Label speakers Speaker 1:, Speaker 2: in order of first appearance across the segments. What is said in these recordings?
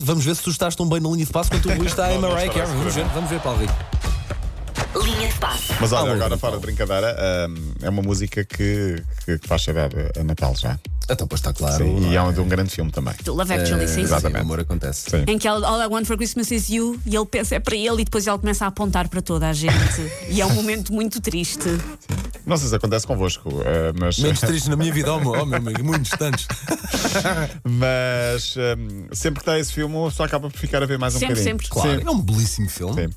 Speaker 1: Vamos ver se tu estás tão bem na linha de passo quanto o Luís está em
Speaker 2: Não, não
Speaker 1: Mariah
Speaker 2: estará
Speaker 1: Carey. Vamos ver, vamos ver, Paulo Rico.
Speaker 3: Linha de passe.
Speaker 2: Mas olha,
Speaker 1: Ah,
Speaker 2: agora
Speaker 1: bom,
Speaker 2: fora
Speaker 1: bom.
Speaker 2: de brincadeira, hum, é uma música que, que, que faz cheirar a Natal já.
Speaker 1: Então, pois está claro.
Speaker 2: Sim,
Speaker 1: não
Speaker 2: e é
Speaker 1: é?
Speaker 2: um, de um grande filme também.
Speaker 3: Do Love Actually, sim.
Speaker 2: exatamente.
Speaker 1: Sim, o amor acontece.
Speaker 2: Sim.
Speaker 3: Em que ela, All I Want for Christmas is You, e ele pensa é para ele, e depois ele começa a apontar para toda a gente. e é um momento muito triste.
Speaker 2: Não sei se acontece convosco, uh, mas.
Speaker 1: Menos tristes na minha vida, oh meu, oh, meu amigo, muito distantes.
Speaker 2: mas hum, sempre que dá esse filme, só acaba por ficar a ver mais
Speaker 3: Sempre,
Speaker 2: um bocadinho.
Speaker 3: sempre.
Speaker 1: Claro, é um belíssimo filme.
Speaker 2: Sim.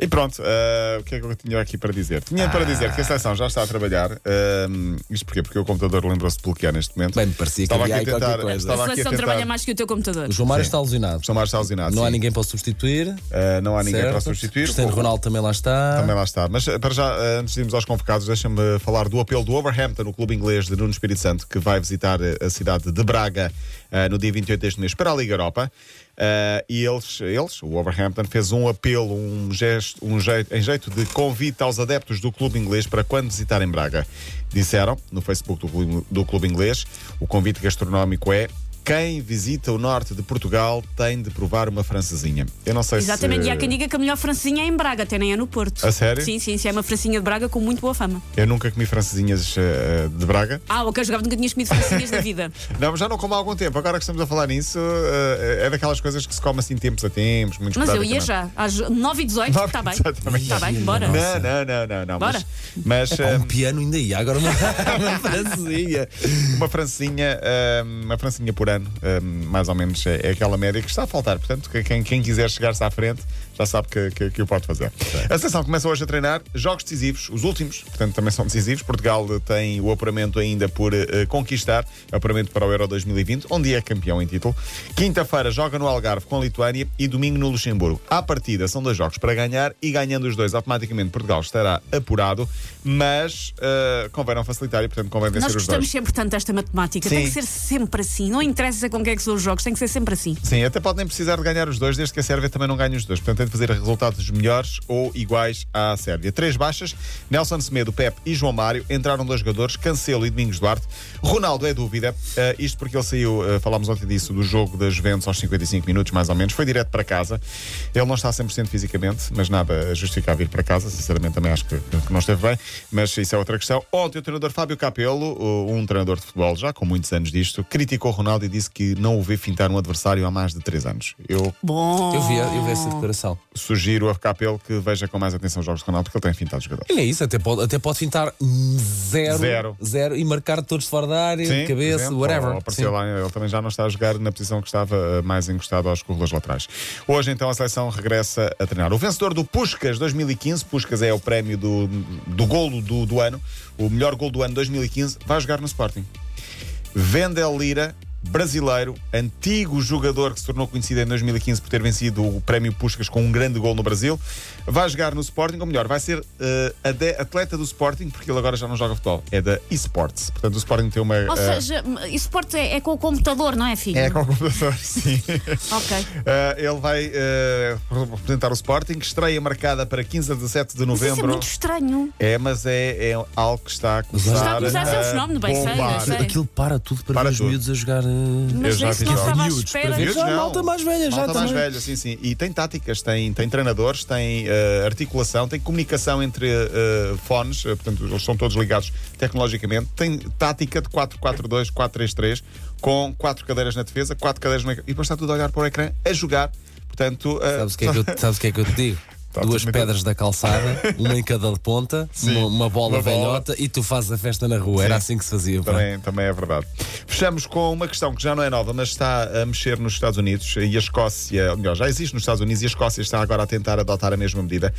Speaker 2: E pronto, ah, o que é que eu tinha aqui para dizer? Tinha para dizer que a seleção já está a trabalhar. ah, isto porquê? Porque o computador lembrou-se de bloquear neste momento.
Speaker 1: Bem, me parecia que
Speaker 2: estava
Speaker 1: havia
Speaker 2: aqui a
Speaker 1: aí qualquer
Speaker 2: tentar.
Speaker 1: coisa.
Speaker 3: a
Speaker 2: Estava aqui a
Speaker 3: seleção
Speaker 2: tentar.
Speaker 3: trabalha mais que o teu computador.
Speaker 1: O João Mário
Speaker 2: Sim.
Speaker 1: está alucinado.
Speaker 2: São mais alzinados.
Speaker 1: Não há ninguém para substituir.
Speaker 2: Eh, não há ninguém para
Speaker 1: certo?
Speaker 2: substituir.
Speaker 1: Cristiano
Speaker 2: O-
Speaker 1: Ronaldo também lá está.
Speaker 2: Também lá está. Mas eh, para já, eh, antes de irmos aos convocados, deixa-me falar do apelo do Overhampton, o clube inglês de Nuno Espírito Santo, que vai visitar eh, a cidade de Braga eh, no dia 28 deste mês para a Liga Europa. Eh, e eles, eles, o Overhampton, fez um apelo, um gesto, um jeito, em jeito de convite aos adeptos do clube inglês para quando visitarem Braga. Disseram no Facebook do clube, do clube inglês, o convite gastronómico é. Quem visita o norte de Portugal tem de provar uma francesinha. Eu não sei
Speaker 3: Exatamente,
Speaker 2: se.
Speaker 3: e há quem diga que a melhor francinha é em Braga, até nem é no Porto.
Speaker 2: A sério?
Speaker 3: Sim, sim, sim, é uma francinha de Braga com muito boa fama.
Speaker 2: Eu nunca comi francesinhas eh, de Braga.
Speaker 3: Ah, ok, eu jogava, nunca tinhas comido francinhas da vida.
Speaker 2: Não, mas já não como há algum tempo. Agora que estamos a falar nisso, eh, é daquelas coisas que se come assim tempos a tempos, muito
Speaker 3: Mas eu ia já, às 9 e 18 está bem.
Speaker 2: Exatamente.
Speaker 3: Está bem, bora.
Speaker 2: Não, não, não, não, não.
Speaker 3: Bora.
Speaker 2: Mas, mas,
Speaker 1: Pá,
Speaker 2: eh,
Speaker 1: um piano ainda ia, agora uma, uma francesinha.
Speaker 2: uma francinha, eh, uma francinha por ano, eh, mais ou menos é é aquela média que está a faltar. Portanto, que- quem, quem quiser chegar-se à frente já sabe que, que, que o pode fazer. A seleção começa hoje a treinar jogos decisivos, os últimos, portanto, também são decisivos. Portugal eh, tem o apuramento ainda por eh, conquistar, apuramento para o Euro 2020, onde é campeão em título. Quinta-feira joga no Algarve com a Lituânia e domingo no Luxemburgo. À partida são dois jogos para ganhar e ganhando os dois, automaticamente Portugal estará apurado, mas eh, convém não facilitar e, portanto, convém vencer
Speaker 3: Nós
Speaker 2: os dois.
Speaker 3: gostamos sempre tanto desta matemática. Tem
Speaker 2: Sim.
Speaker 3: que ser sempre assim. Não interessa com quem é que são os jogos, tem que ser sempre assim.
Speaker 2: Sim, até podem precisar de ganhar os dois, desde que a Sérvia também não ganhe os dois. Portanto, tem de fazer resultados melhores ou iguais à Sérvia. Três baixas: Nelson Semedo, Pep e João Mário. Entraram dois jogadores, Cancelo e Domingos Duarte. Ronaldo é dúvida, eh, isto porque ele saiu, eh, falámos ontem disso, do jogo da Juventus aos 55 minutos, mais ou menos. Foi direto para casa. Ele não está 100% fisicamente, mas nada a justificar vir para casa. Sinceramente, também acho que, que não esteve bem, mas isso é outra questão. Ontem, o treinador Fábio Capello, o- um treinador de futebol já com muitos anos disto, criticou Ronaldo e disse que não o vê fintar um adversário há mais de três anos. Eu
Speaker 3: Bom.
Speaker 1: Eu vi, eu vi essa declaração.
Speaker 2: sugiro a Capello que veja com mais atenção os jogos de Ronaldo, porque ele tem fintado jogador.
Speaker 1: E é isso, até pode, até pode fintar um zero,
Speaker 2: Zero.
Speaker 1: zero e marcar todos fora da área, de
Speaker 2: por
Speaker 1: cabeça,
Speaker 2: exemplo,
Speaker 1: whatever.
Speaker 2: ou apareceu
Speaker 1: Sim.
Speaker 2: lá, ele também já não está a jogar na posição que estava eh, mais encostado aos corredores laterais. Hoje, então, a seleção regressa a treinar. O vencedor do Puscas 2015, Puscas é o prémio do, do golo do, do ano, o melhor golo do ano 2015, vai jogar no Sporting. Vendel Lira, brasileiro, antigo jogador que se tornou conhecido em 2015 por ter vencido o Prémio Puscas com um grande gol no Brasil, vai jogar no Sporting, ou melhor, vai ser eh, ade- atleta do Sporting, porque ele agora já não joga futebol, é da eSports. Portanto, o Sporting tem uma.
Speaker 3: Ou
Speaker 2: eh,
Speaker 3: seja, isso porte é, é com o computador, não é, filho?
Speaker 2: é com o computador, sim.
Speaker 3: Ok.
Speaker 2: Eh, ele vai eh, representar o Sporting, estreia marcada para 15 a 17 de
Speaker 3: Mas isso é
Speaker 2: novembro.
Speaker 3: muito estranho.
Speaker 2: É, mas é, é algo que está a começar.
Speaker 1: Está
Speaker 3: a começar a ser um fenómeno, bem sei,
Speaker 2: bombar.
Speaker 3: bem sei.
Speaker 1: Aquilo para tudo para,
Speaker 2: Para
Speaker 1: ver os
Speaker 2: tudo.
Speaker 1: miúdos a jogar. eh,
Speaker 3: Mas é
Speaker 2: já
Speaker 3: isso
Speaker 2: fiz
Speaker 3: não
Speaker 2: jogos.
Speaker 3: estava à
Speaker 1: Miúdos, para
Speaker 3: espera.
Speaker 1: ver.
Speaker 2: Miúdos,
Speaker 1: Já,
Speaker 2: não.
Speaker 1: malta mais velha, já
Speaker 2: Malta mais
Speaker 1: também.
Speaker 2: velha, sim, sim. E tem táticas, tem, tem treinadores, tem eh, articulação, tem comunicação entre eh, fones, eh, portanto, eles são todos ligados tecnologicamente. Tem tática de 4-4-2, 4-3-3, com quatro cadeiras na defesa, quatro cadeiras no ecrã. E depois está tudo a olhar para o ecrã, a jogar. Portanto, eh,
Speaker 1: Sabes o que, é que eu, sabes o que é que eu te digo?
Speaker 2: Tá
Speaker 1: Duas
Speaker 2: tudo muito-
Speaker 1: pedras da calçada, uma em cada ponta, uma, uma bola
Speaker 2: Uma bola.
Speaker 1: velhota e tu fazes a festa na rua. Era
Speaker 2: Sim.
Speaker 1: assim que se fazia. pá.
Speaker 2: Também, também é verdade. Fechamos com uma questão que já não é nova, mas está a mexer nos Estados Unidos e a Escócia, ou melhor, já existe nos Estados Unidos e a Escócia está agora a tentar adotar a mesma medida.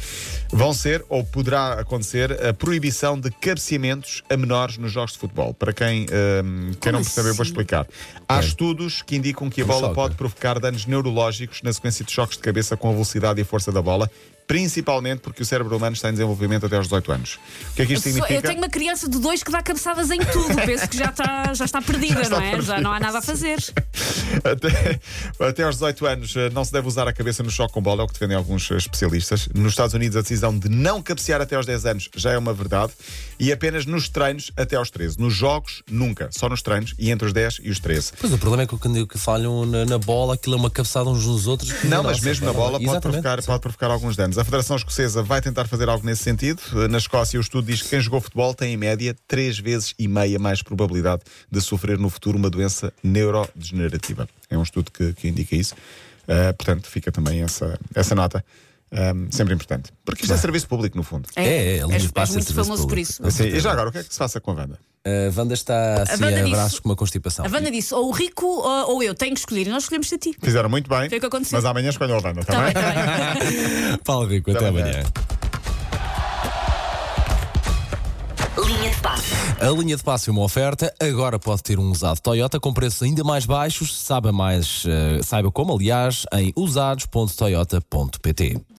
Speaker 2: Vão ser, ou poderá acontecer, a proibição de cabeceamentos a menores nos jogos de futebol. Para quem, hum, quem não percebeu, vou
Speaker 3: assim?
Speaker 2: explicar. Há estudos que indicam que a
Speaker 1: Como
Speaker 2: bola
Speaker 1: choca.
Speaker 2: pode provocar danos neurológicos na sequência de choques de cabeça com a velocidade e a força da bola, Principalmente porque o cérebro humano está em desenvolvimento até aos 18 anos. O que é que
Speaker 3: Eu,
Speaker 2: isto
Speaker 3: sou- eu
Speaker 2: significa?
Speaker 3: tenho uma criança de dois que dá cabeçadas em tudo. Penso que já está, já está perdida,
Speaker 2: está
Speaker 3: não é? Já não há nada a fazer.
Speaker 2: Até, até aos 18 anos eh, não se deve usar a cabeça no choque com bola, é o que defendem alguns eh, especialistas. Nos Estados Unidos, a decisão de não cabecear até aos 10 anos já é uma verdade. E apenas nos treinos até aos 13. Nos jogos, nunca. Só nos treinos e entre os 10 e os 13.
Speaker 1: Pois o problema é que quando que falham na, na bola, aquilo é uma cabeçada uns nos outros.
Speaker 2: Não,
Speaker 1: Nossa,
Speaker 2: mas mesmo na
Speaker 1: vai lá.
Speaker 2: bola pode
Speaker 1: Exatamente.
Speaker 2: provocar, pode provocar alguns danos. A Federação Escocesa vai tentar fazer algo nesse sentido. Eh, Na Escócia, o estudo diz que quem jogou futebol tem, em média, três vezes e meia mais probabilidade de sofrer no futuro uma doença neurodegenerativa. É um estudo que, que indica isso. Ah, portanto, fica também essa, essa nota. Ahm, sempre importante. Porque isto é serviço público, no fundo.
Speaker 1: É, é, é,
Speaker 3: és,
Speaker 1: ali
Speaker 3: és
Speaker 1: passa
Speaker 3: muito
Speaker 1: serviço
Speaker 3: famoso por
Speaker 1: público.
Speaker 3: isso.
Speaker 2: Sim, e já agora, o que é que se passa com a Wanda?
Speaker 1: A Wanda está assim
Speaker 3: Wanda
Speaker 1: a
Speaker 3: disse-
Speaker 1: braços com uma constipação.
Speaker 3: A Wanda disse: ou o rico ou, ou eu, tenho que escolher. E nós escolhemos a ti.
Speaker 2: Fizeram muito bem,
Speaker 3: Foi o que aconteceu.
Speaker 2: mas amanhã escolham a Wanda, está
Speaker 3: Tá
Speaker 2: bem?
Speaker 3: bem, tá bem.
Speaker 1: Paulo Rico, até
Speaker 2: Até amanhã.
Speaker 1: amanhã.
Speaker 4: Linha de passe.
Speaker 1: A linha de passe é uma oferta, agora pode ter um usado Toyota com preços ainda mais baixos. Saiba mais, eh, saiba como, aliás, em usados.toyota.pt.